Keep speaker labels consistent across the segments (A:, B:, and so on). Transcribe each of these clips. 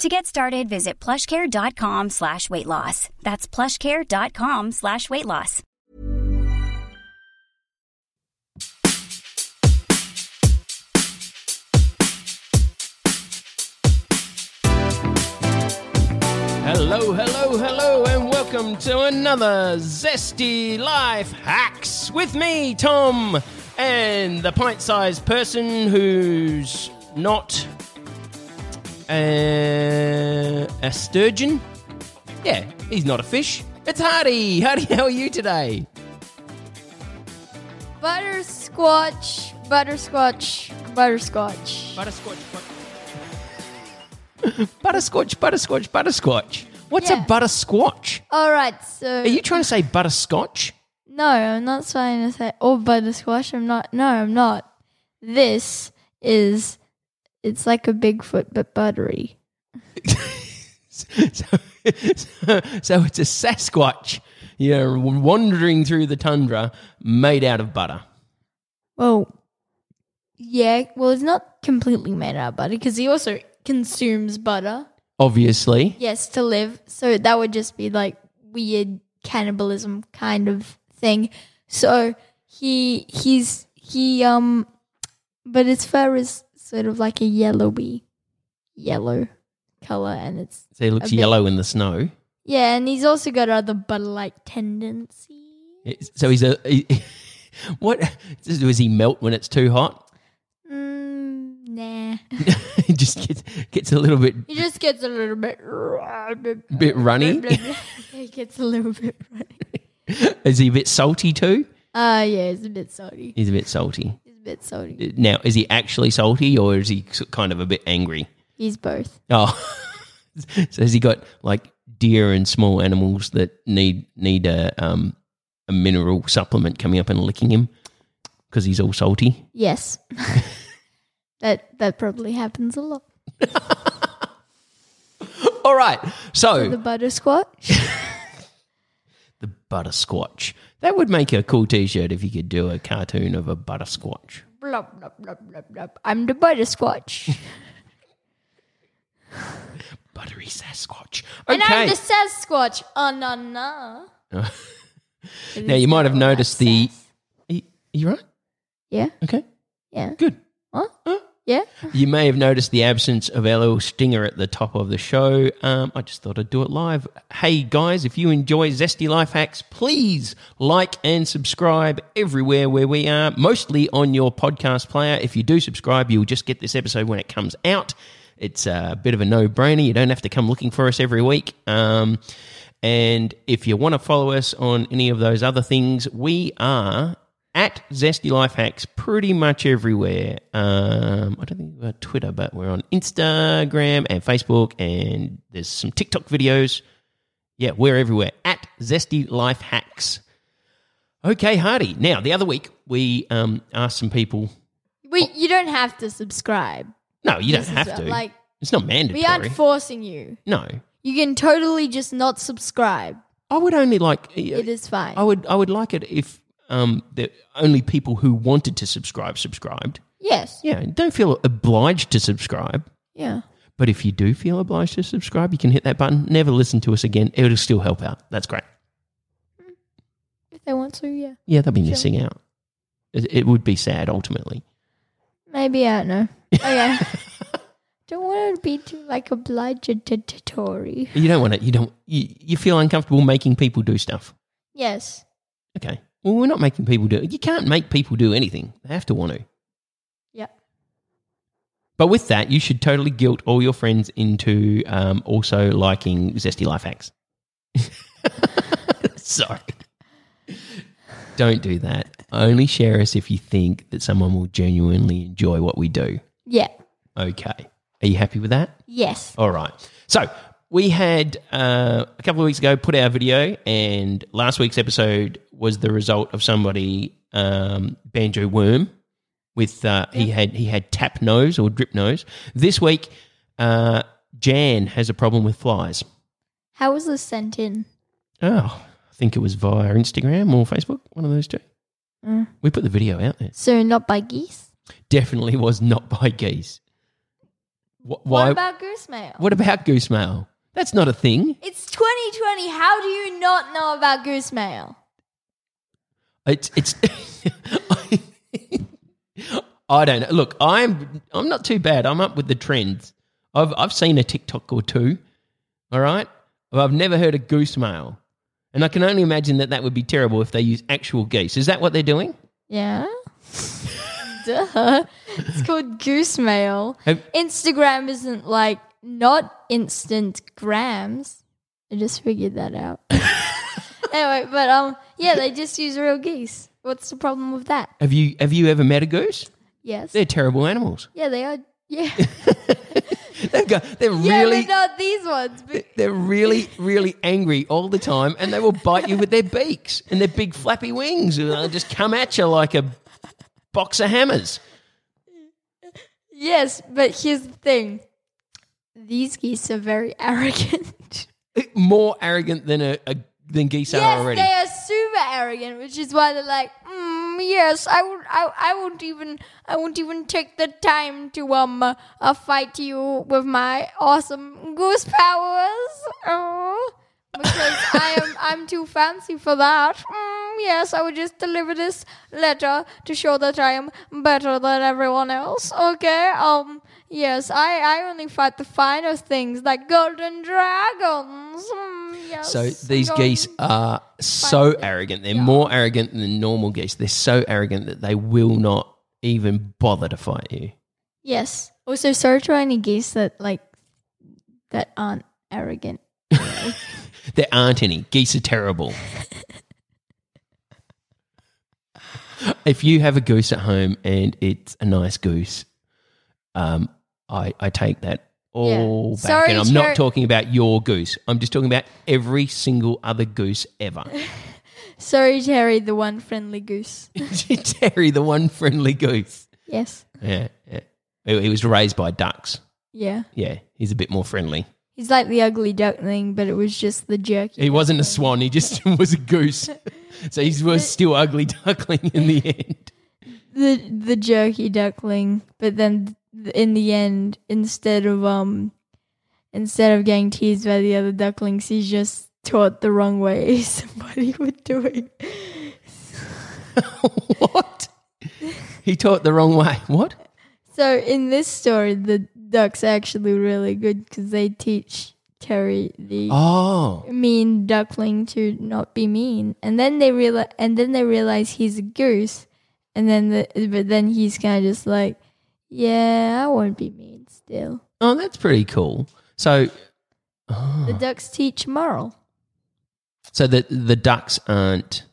A: To get started, visit plushcare.com slash weight loss. That's plushcare.com slash weight loss.
B: Hello, hello, hello, and welcome to another Zesty Life Hacks with me, Tom, and the pint sized person who's not uh, a sturgeon. Yeah, he's not a fish. It's Hardy. Hardy, how are you today?
C: Buttersquatch, buttersquatch, buttersquatch.
B: Butterscotch. butterscotch, butterscotch, butterscotch. What's
C: Yeah.
B: a butterscotch?
C: All right, so
B: Are you trying to say butterscotch?
C: no, I'm not trying to say or buttersquash. I'm not. No, I'm not. This is. It's like a Bigfoot but buttery.
B: so, so, so it's a Sasquatch. You're wandering through the tundra made out of butter.
C: Well, yeah. Well, it's not completely made out of butter because he also consumes butter.
B: Obviously.
C: Yes, to live. So that would just be like weird cannibalism kind of thing. So he he's he um but its fur is sort of like a yellowy yellow color and it's
B: So it looks
C: bit-
B: yellow in the snow.
C: yeah, and he's also got other butter like tendencies.
B: It's- So he's a. He, what? Does he melt when it's too hot?
C: Mm, nah.
B: He just gets, gets a little bit
C: He just gets a little bit
B: bit runny.
C: he gets a little bit runny.
B: Is he a bit salty too?
C: Uh yeah, it's a bit salty.
B: He's a bit salty.
C: It's a bit salty.
B: Now, is he actually salty or is he s- kind of a bit angry?
C: He's both.
B: Oh, so has he got like deer and small animals that need need a um a mineral supplement coming up and licking him because he's all salty?
C: Yes. that that probably happens a lot.
B: All right, so
C: The buttersquatch.
B: the buttersquatch that would make a cool T-shirt if you could do a cartoon of a buttersquatch.
C: blub, blub, blub, blub, blub. I'm the buttersquatch.
B: Buttery Sasquatch.
C: And I'm
B: Okay.
C: the Sasquatch. Oh, no, no.
B: now you might have noticed the. Are you right?
C: Yeah,
B: Okay.
C: yeah.
B: Good.
C: What? Yeah?
B: You may have noticed the absence of our little stinger at the top of the show. Um, I just thought I'd do it live. Hey guys, if you enjoy Zesty Life Hacks, please like and subscribe everywhere where we are, mostly on your podcast player. If you do subscribe, you'll just get this episode when it comes out. It's a bit of a no brainer. You don't have to come looking for us every week. Um, and if you want to follow us on any of those other things, we are at Zesty Life Hacks pretty much everywhere. Um, I don't think we're on Twitter, but we're on Instagram and Facebook, and there's some TikTok videos. Yeah, we're everywhere at Zesty Life Hacks. Okay, Hardy. Now, the other week we um, asked some people.
C: We, you don't have to subscribe.
B: No, you don't
C: This is
B: have
C: a-
B: to.
C: like-
B: it's not mandatory.
C: We aren't forcing you.
B: no,
C: You can totally just not subscribe.
B: I would only like.
C: It is fine.
B: I would. I would like it if um, the only people who wanted to subscribe subscribed.
C: yes.
B: Yeah, don't feel obliged to subscribe.
C: Yeah.
B: But if you do feel obliged to subscribe, you can hit that button. Never listen to us again. It'll still help out. That's great.
C: If they want to, yeah.
B: Yeah, they'll be
C: Sure.
B: missing out. It, it would be sad ultimately.
C: Maybe, I don't know. Okay. Oh, Don't want to be too like obligatory.
B: You don't want it. You don't. You, you feel uncomfortable making people do stuff.
C: Yes.
B: Okay. Well, we're not making people do. You can't make people do anything. They have to want to.
C: Yeah.
B: But with that, you should totally guilt all your friends into um, also liking Zesty Life Hacks. Sorry. Don't do that. Only share us if you think that someone will genuinely enjoy what we do.
C: Yeah.
B: Okay. Are you happy with that?
C: Yes.
B: All right. So we had uh, a couple of weeks ago put our video, and last week's episode was the result of somebody um, banjo worm with uh, he had he had tap nose or drip nose. This week, uh, Jan has a problem with flies.
C: How was this sent in?
B: Oh, I think it was via Instagram or Facebook, one of those two.
C: Mm.
B: We put the video out there.
C: So not by geese.
B: Definitely was not by geese. Wh- Why?
C: What about goose mail?
B: what about goose mail? That's not a thing.
C: It's 2020. How do you not know about goose mail?
B: It's it's. I, don't know. Look, I'm I'm not too bad. I'm up with the trends. I've I've seen a TikTok or two. All right, but I've never heard of goose mail, and I can only imagine that that would be terrible if they use actual geese. Is that what they're doing?
C: Yeah. Duh. It's called goose mail.
B: Have-
C: Instagram isn't like not instant grams. I just figured that out. anyway, but um yeah, they just use real geese. What's the problem with that?
B: Have you have you ever met a goose?
C: Yes.
B: They're terrible animals.
C: yeah, they are yeah.
B: They've got, they're
C: Yeah,
B: really
C: but not these ones. But
B: they're really really angry all the time, and they will bite you with their beaks and their big flappy wings. and They'll just come at you like a box of hammers.
C: yes, but here's the thing. These geese are very arrogant.
B: more arrogant than a, a than geese
C: yes,
B: are already.
C: they are super arrogant, which is why they're like, mm, yes, I won't, I, I won't even, I won't even take the time to um, uh, uh, fight you with my awesome goose powers, oh, because I am, I'm too fancy for that. Mm, yes, I would just deliver this letter to show that I am better than everyone else. Okay, um. Yes, I, I only fight the finer things like golden dragons. Mm, yes,
B: so these
C: golden-
B: geese are so arrogant. They're more arrogant than normal geese. They're so arrogant that they will not even bother to fight you.
C: Yes. Also, sorry to any geese that like that aren't arrogant.
B: There aren't any. Geese are terrible. if you have a goose at home and it's a nice goose, um, I, I take that all back.
C: Sorry,
B: and I'm
C: Cher-
B: not talking about your goose. I'm just talking about every single other goose ever.
C: Sorry, Terry, the one friendly goose.
B: Terry, the one friendly goose.
C: yes.
B: Yeah, yeah. He he was raised by ducks.
C: Yeah.
B: Yeah, he's a bit more friendly.
C: He's like the ugly duckling, but it was just the jerky.
B: He wasn't a swan. He just was a goose. So he was still ugly duckling in the end.
C: the the jerky duckling, but then th- in the end, instead of um, instead of getting teased by the other ducklings, he's just taught the wrong way somebody would do it.
B: what? He taught the wrong way. What?
C: So in this story, the ducks are actually really good because they teach Terry the
B: Oh,
C: mean duckling to not be mean, and then they realize, and then they realize he's a goose, and then the but then he's kind of just like, yeah, I won't be mean still.
B: oh, that's pretty cool. So, oh. Uh-huh.
C: The ducks teach moral.
B: so the the ducks aren't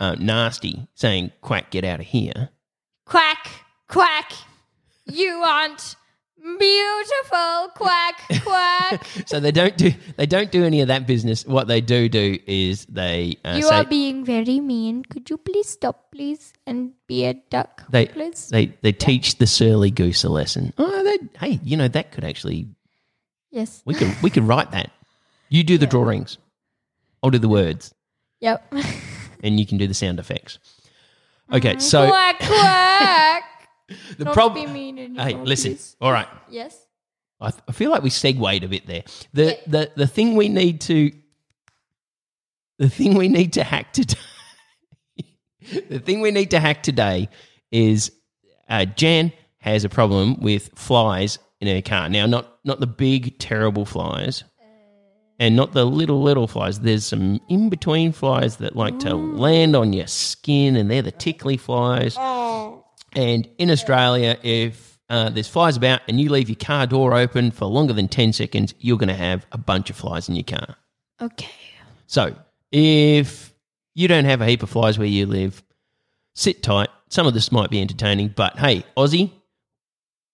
B: uh, nasty, saying "quack, get out of here."
C: Quack quack, you aren't beautiful. Quack quack,
B: So they don't do they don't do any of that business. What they do do is they uh,
C: you
B: say,
C: are being very mean. Could you please stop, please, and be a duck,
B: they
C: please?
B: they they teach the surly goose a lesson. Oh, they, hey, you know that could actually
C: Yes.
B: we could we could write that. You do the drawings, I'll do the words,
C: Yep.
B: and you can do the sound effects. Okay, so
C: quack quack.
B: the
C: Not
B: problem.
C: be mean anymore,
B: Hey, listen.
C: please.
B: All right,
C: Yes.
B: I, th- I feel like we segued a bit there. The the the thing we need to the thing we need to hack today. the thing we need to hack today is uh, Jan has a problem with flies in her car. Now, not not the big terrible flies, and not the little little flies. There's some in between flies that like to land on your skin, and they're the tickly flies. And in Australia, if uh, there's flies about and you leave your car door open for longer than 10 seconds, you're going to have a bunch of flies in your car.
C: Okay.
B: So if you don't have a heap of flies where you live, sit tight. Some of this might be entertaining, but hey, Aussie,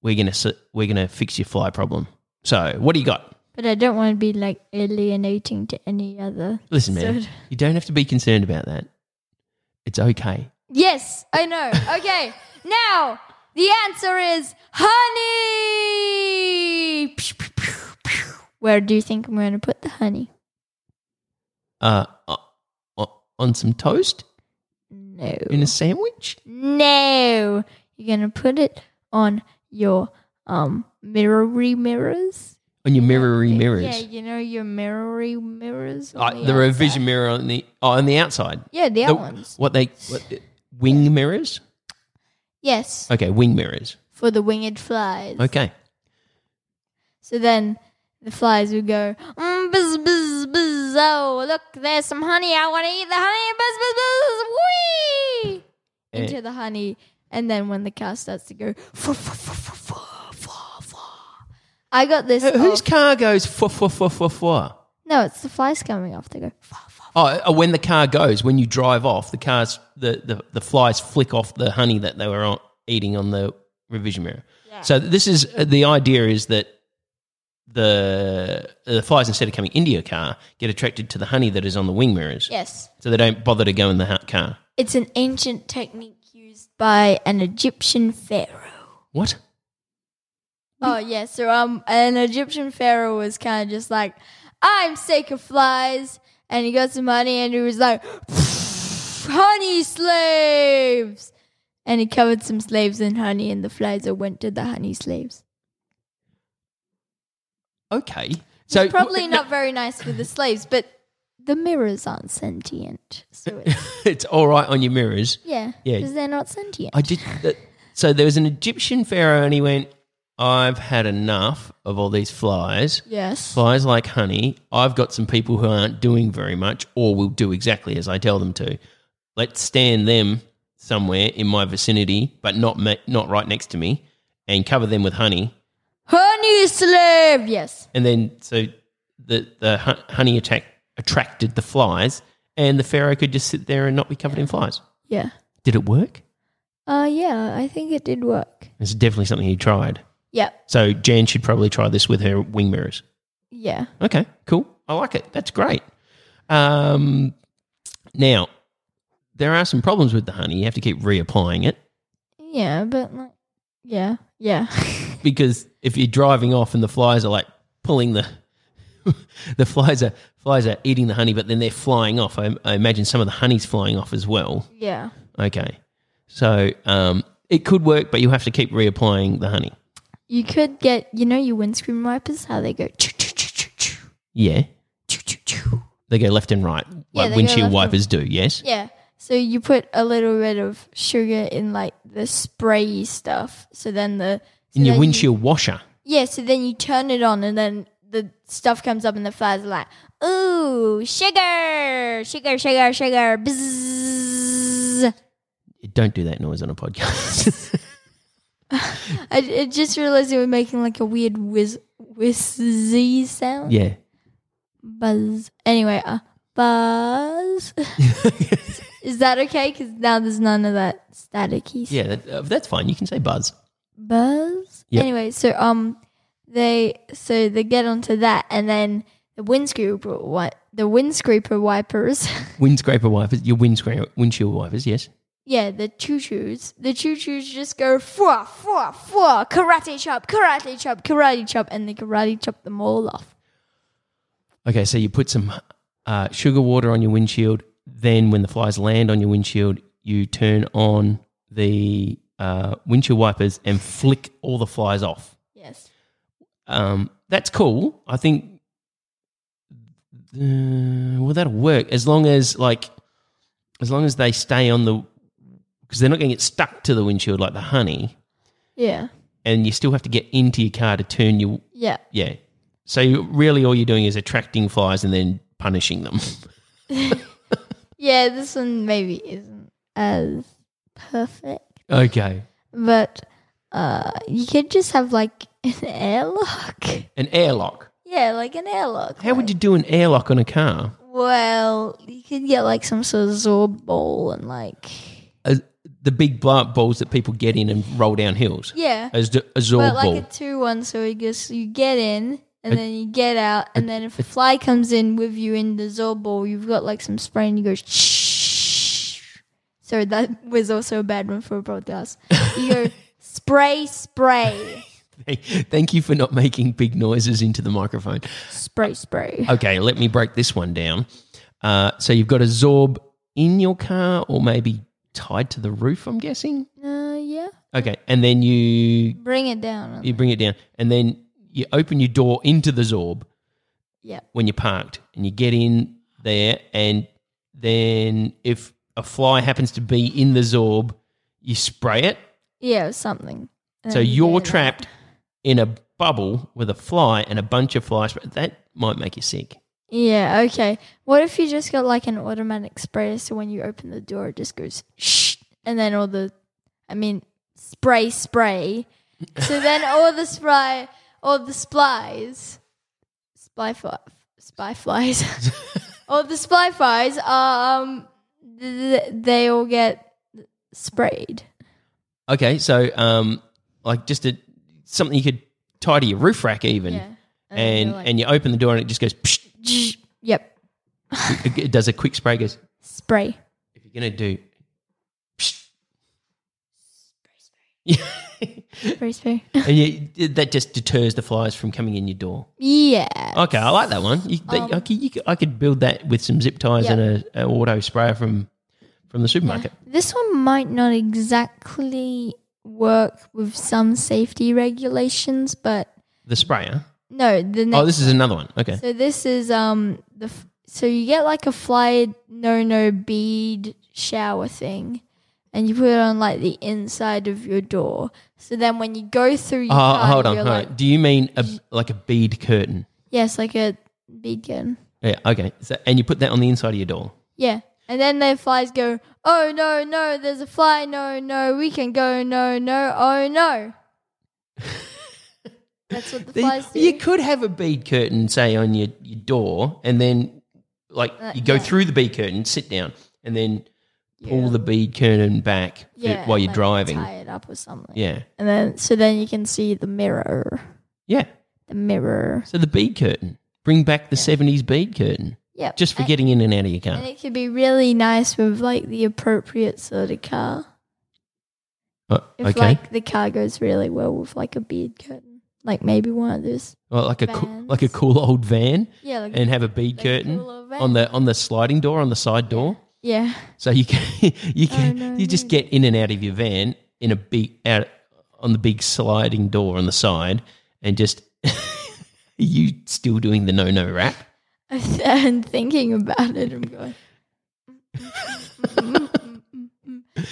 B: we're gonna s- we're gonna fix your fly problem. So what do you got?
C: But I don't want to be like alienating to any other.
B: Listen, man,
C: sort-
B: you don't have to be concerned about that. It's okay.
C: Yes, I know. Okay. now, the answer is honey. Where do you think I'm going to put the honey?
B: Uh, o- o- on some toast
C: No.
B: in a sandwich.
C: No. You're going to put it on your um mirrory mirrors.
B: On your mirrory mirrors.
C: Yeah, you know your mirrory mirrors. on
B: Uh, the revision
C: outside.
B: mirror on the oh, on the outside.
C: Yeah, the
B: The-
C: other ones.
B: What they what, wing mirrors?
C: Yes,
B: Okay, wing mirrors.
C: for the winged flies.
B: Okay.
C: So then the flies would go, mm, buzz, buzz, buzz. Oh, look, there's some honey. I want to eat the honey. Buzz, buzz, buzz. Whee!
B: Eh.
C: Into the honey. And then when the cow starts to go, "Fwa, fwa, fwa, fwa, fwa, fwa, fwa." I got this.
B: Who- Whose
C: off-
B: car goes fwa fwa fwa fwa fwa?
C: no, it's the flies coming off. They go, "Fwa, fwa, fwa."
B: Oh, uh, when the car goes, when you drive off, the cars, the, the, the flies flick off the honey that they were on, eating on the revision mirror. So this is uh, the idea is that the the flies instead of coming into your car get attracted to the honey that is on the wing mirrors,
C: yes.
B: so they don't bother to go in the hu- car.
C: It's an ancient technique used by an Egyptian pharaoh.
B: What?
C: Oh yeah, so um, an Egyptian pharaoh was kind of just like, "I'm sick of flies," and he got some honey, and he was like, "Honey slaves," and he covered some slaves in honey, and the flies all went to the honey slaves.
B: Okay.
C: So
B: So
C: probably
B: w-
C: not very nice for the slaves, but the mirrors aren't sentient, so it's,
B: it's all right on your mirrors.
C: yeah,
B: Yeah.
C: because they're not sentient.
B: I did. That, so there was an Egyptian pharaoh, and he went, "I've had enough of all these flies."
C: yes.
B: flies like honey. I've got some people who aren't doing very much or will do exactly as I tell them to. Let's stand them somewhere in my vicinity, but not ma- not right next to me, and cover them with honey.
C: Honey slave, yes.
B: And then so the the hu- honey attack attracted the flies, and the pharaoh could just sit there and not be covered in flies.
C: Yeah.
B: Did it work?
C: Uh, yeah, I think it did work.
B: It's definitely something he tried.
C: Yep.
B: So Jan should probably try this with her wing mirrors.
C: Yeah.
B: Okay, cool. I like it. That's great. Um, now, there are some problems with the honey. You have to keep reapplying it
C: Yeah, but like, yeah, yeah,
B: because if you're driving off and the flies are like pulling the the flies are flies are eating the honey, but then they're flying off. I, I imagine some of the honey's flying off as well.
C: yeah.
B: Okay, so um, it could work, but you have to keep reapplying the honey.
C: You could get, you know, your windscreen wipers, how they go. choo, choo, choo, choo, choo,
B: Yeah,
C: choo, choo, choo.
B: they go left and right
C: Yeah,
B: like
C: they go left
B: windshield
C: and-
B: wipers do. Yes.
C: Yeah. So you put a little bit of sugar in like the spray stuff. So then the so
B: In your
C: then you-
B: windshield washer.
C: yeah. So then you turn it on, and then the stuff comes up, and the flies are like, "Ooh, sugar, sugar, sugar, sugar." Bzzz.
B: Don't do that noise on a podcast.
C: I, I just realized it was making like a weird whiz whizzy sound.
B: yeah.
C: Buzz. Anyway, uh, buzz. Is that okay? Because now there's none of that staticky.
B: Yeah, that, uh, that's fine. You can say buzz.
C: Buzz.
B: Yeah.
C: Anyway, so um, they so they get onto that, and then the windscraper what the windscraper wipers.
B: Windscraper wipers, your windscraper, windshield wipers, yes.
C: yeah, the choo choos. The choo choos just go fwa fwa fwa karate chop karate chop karate chop, and they karate chop them all off.
B: Okay, so you put some uh, sugar water on your windshield. Then, when the flies land on your windshield, you turn on the uh, windshield wipers and flick all the flies off.
C: Yes.
B: Um, that's cool. I think, uh, well, that'll work as long as like, as long as they stay on the, because they're not going to get stuck to the windshield like the honey.
C: Yeah.
B: and you still have to get into your car to turn your
C: Yeah.
B: yeah. So you- really, all you're doing is attracting flies and then punishing them.
C: Yeah, this one maybe isn't as perfect.
B: okay,
C: But uh you could just have like an airlock.
B: an airlock.
C: Yeah, like an airlock.
B: How would you do an airlock on a car?
C: Well, you could get like some sort of Zorb ball and like
B: Uh, the big blow up balls that people get in and roll down hills.
C: Yeah.
B: As d- a Zorb
C: But like
B: ball.
C: a two one, so it goes you get in and then you get out, and then if a fly comes in with you in the Zorb ball, you've got like some spray and you go shh. Sorry, that was also a bad one for a podcast. You go spray, spray,
B: Thank you for not making big noises into the microphone.
C: spray, spray.
B: Okay, let me break this one down. Uh, so you've got a Zorb in your car, or maybe tied to the roof. I'm guessing.
C: Uh, yeah.
B: Okay, and then you
C: Bring it down.
B: you bring it down, and then you open your door into the Zorb
C: Yeah.
B: when you're parked, and you get in there, and then if a fly happens to be in the Zorb, you spray it.
C: Yeah, or something. And
B: So
C: then you
B: you're
C: get it out.
B: trapped in a bubble with a fly and a bunch of flies. That might make you sick.
C: Yeah, okay. What if you just got like an automatic sprayer so when you open the door it just goes shh and then all the I mean spray spray. So then all the spray all the splies spy fly, spy flies all the spy flies um th- th- they all get sprayed.
B: Okay, so um, like just a something you could tie to your roof rack even,
C: Yeah. then
B: and
C: you're like-
B: and you open the door and it just goes. Psh,
C: Yep.
B: it, it does a quick spray. Goes
C: Spray.
B: if you're gonna do. psh,
C: Spray spray.
B: and you, that just deters the flies from coming in your door.
C: yeah.
B: Okay, I like that one. You, that- I, could, you could- I could build that with some zip ties
C: Um, Yeah.
B: and a, a auto sprayer from from the supermarket.
C: This one might not exactly work with some safety regulations, but
B: The sprayer.
C: no, the next.
B: Oh, this is another one. Okay.
C: so this is um the f- so you get like a fly no no bead shower thing, and you put it on like the inside of your door. So then when you go through, your
B: Oh,
C: car,
B: hold on.
C: you're
B: Hold
C: like,
B: on. Do you mean a, like a bead curtain?
C: yes, like a bead gun,
B: Yeah. Okay. So, and you put that on the inside of your door.
C: yeah. And then the flies go, oh no no, there's a fly, no no, we can go, no no, oh no. That's what the
B: They-
C: flies do.
B: you could have a bead curtain, say, on your, your door, and then like
C: Uh,
B: you go
C: yeah.
B: through the bead curtain, sit down, and then pull
C: Yeah.
B: the bead curtain back for- while you're
C: like
B: driving.
C: Tie it up or something.
B: Yeah,
C: And then so then you can see the mirror.
B: yeah.
C: The mirror.
B: So the bead curtain, bring back the '70s bead curtain,
C: Yep.
B: just for
C: and,
B: getting in and out of your
C: Uh, and
B: car.
C: it could be really nice with like the appropriate sort of car.
B: Oh,
C: If
B: okay,
C: like the car goes really well with like a bead curtain. Like maybe one of those.
B: well, like a coo-
C: vans.
B: like a cool old van,
C: Yeah, like
B: and have a bead
C: Like a
B: curtain
C: cool old
B: on
C: van.
B: the on the sliding door on the side door.
C: yeah. Oh,
B: So you can you can
C: no,
B: you just get in and out of your van in a big out on the big sliding door on the side and just are you still doing the no no rap?
C: and thinking about it, I'm going.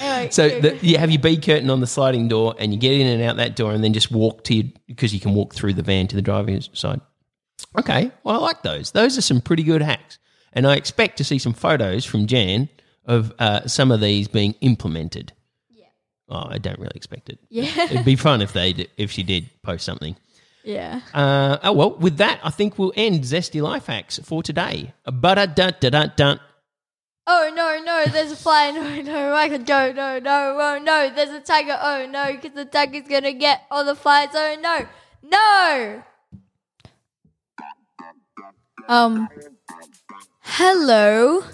C: anyway,
B: So
C: go-
B: the, you have your bead curtain on the sliding door and you get in and out that door and then just walk to your because you can walk through the van to the driving side. Okay, well I like those. Those are some pretty good hacks, and I expect to see some photos from Jan of uh, some of these being implemented. Yeah. Oh, I don't really expect it.
C: yeah,
B: It'd be fun if they d- if she did post something.
C: yeah.
B: Uh, oh well, with that, I think we'll end Zesty Life Hacks for today. But da da da da.
C: Oh no, no, there's a fly. No, no, I could go. No, no, oh no, there's a tiger. Oh no, because the tiger's gonna get all the flies. Oh no, no. Um, hello.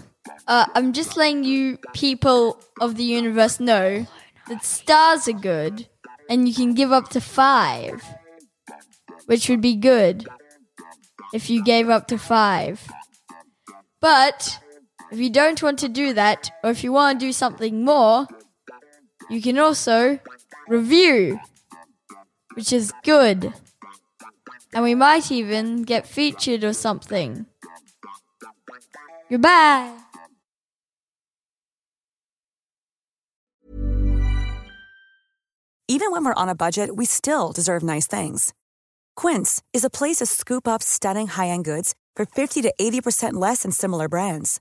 C: Uh, I'm just letting you people of the universe know that stars are good, and you can give up to five, which would be good if you gave up to five. But if you don't want to do that, or if you want to do something more, you can also review, which is good. And we might even get featured or something. Goodbye!
D: even when we're on a budget, we still deserve nice things. Quince is a place to scoop up stunning high-end goods for 50 to 80% less than similar brands.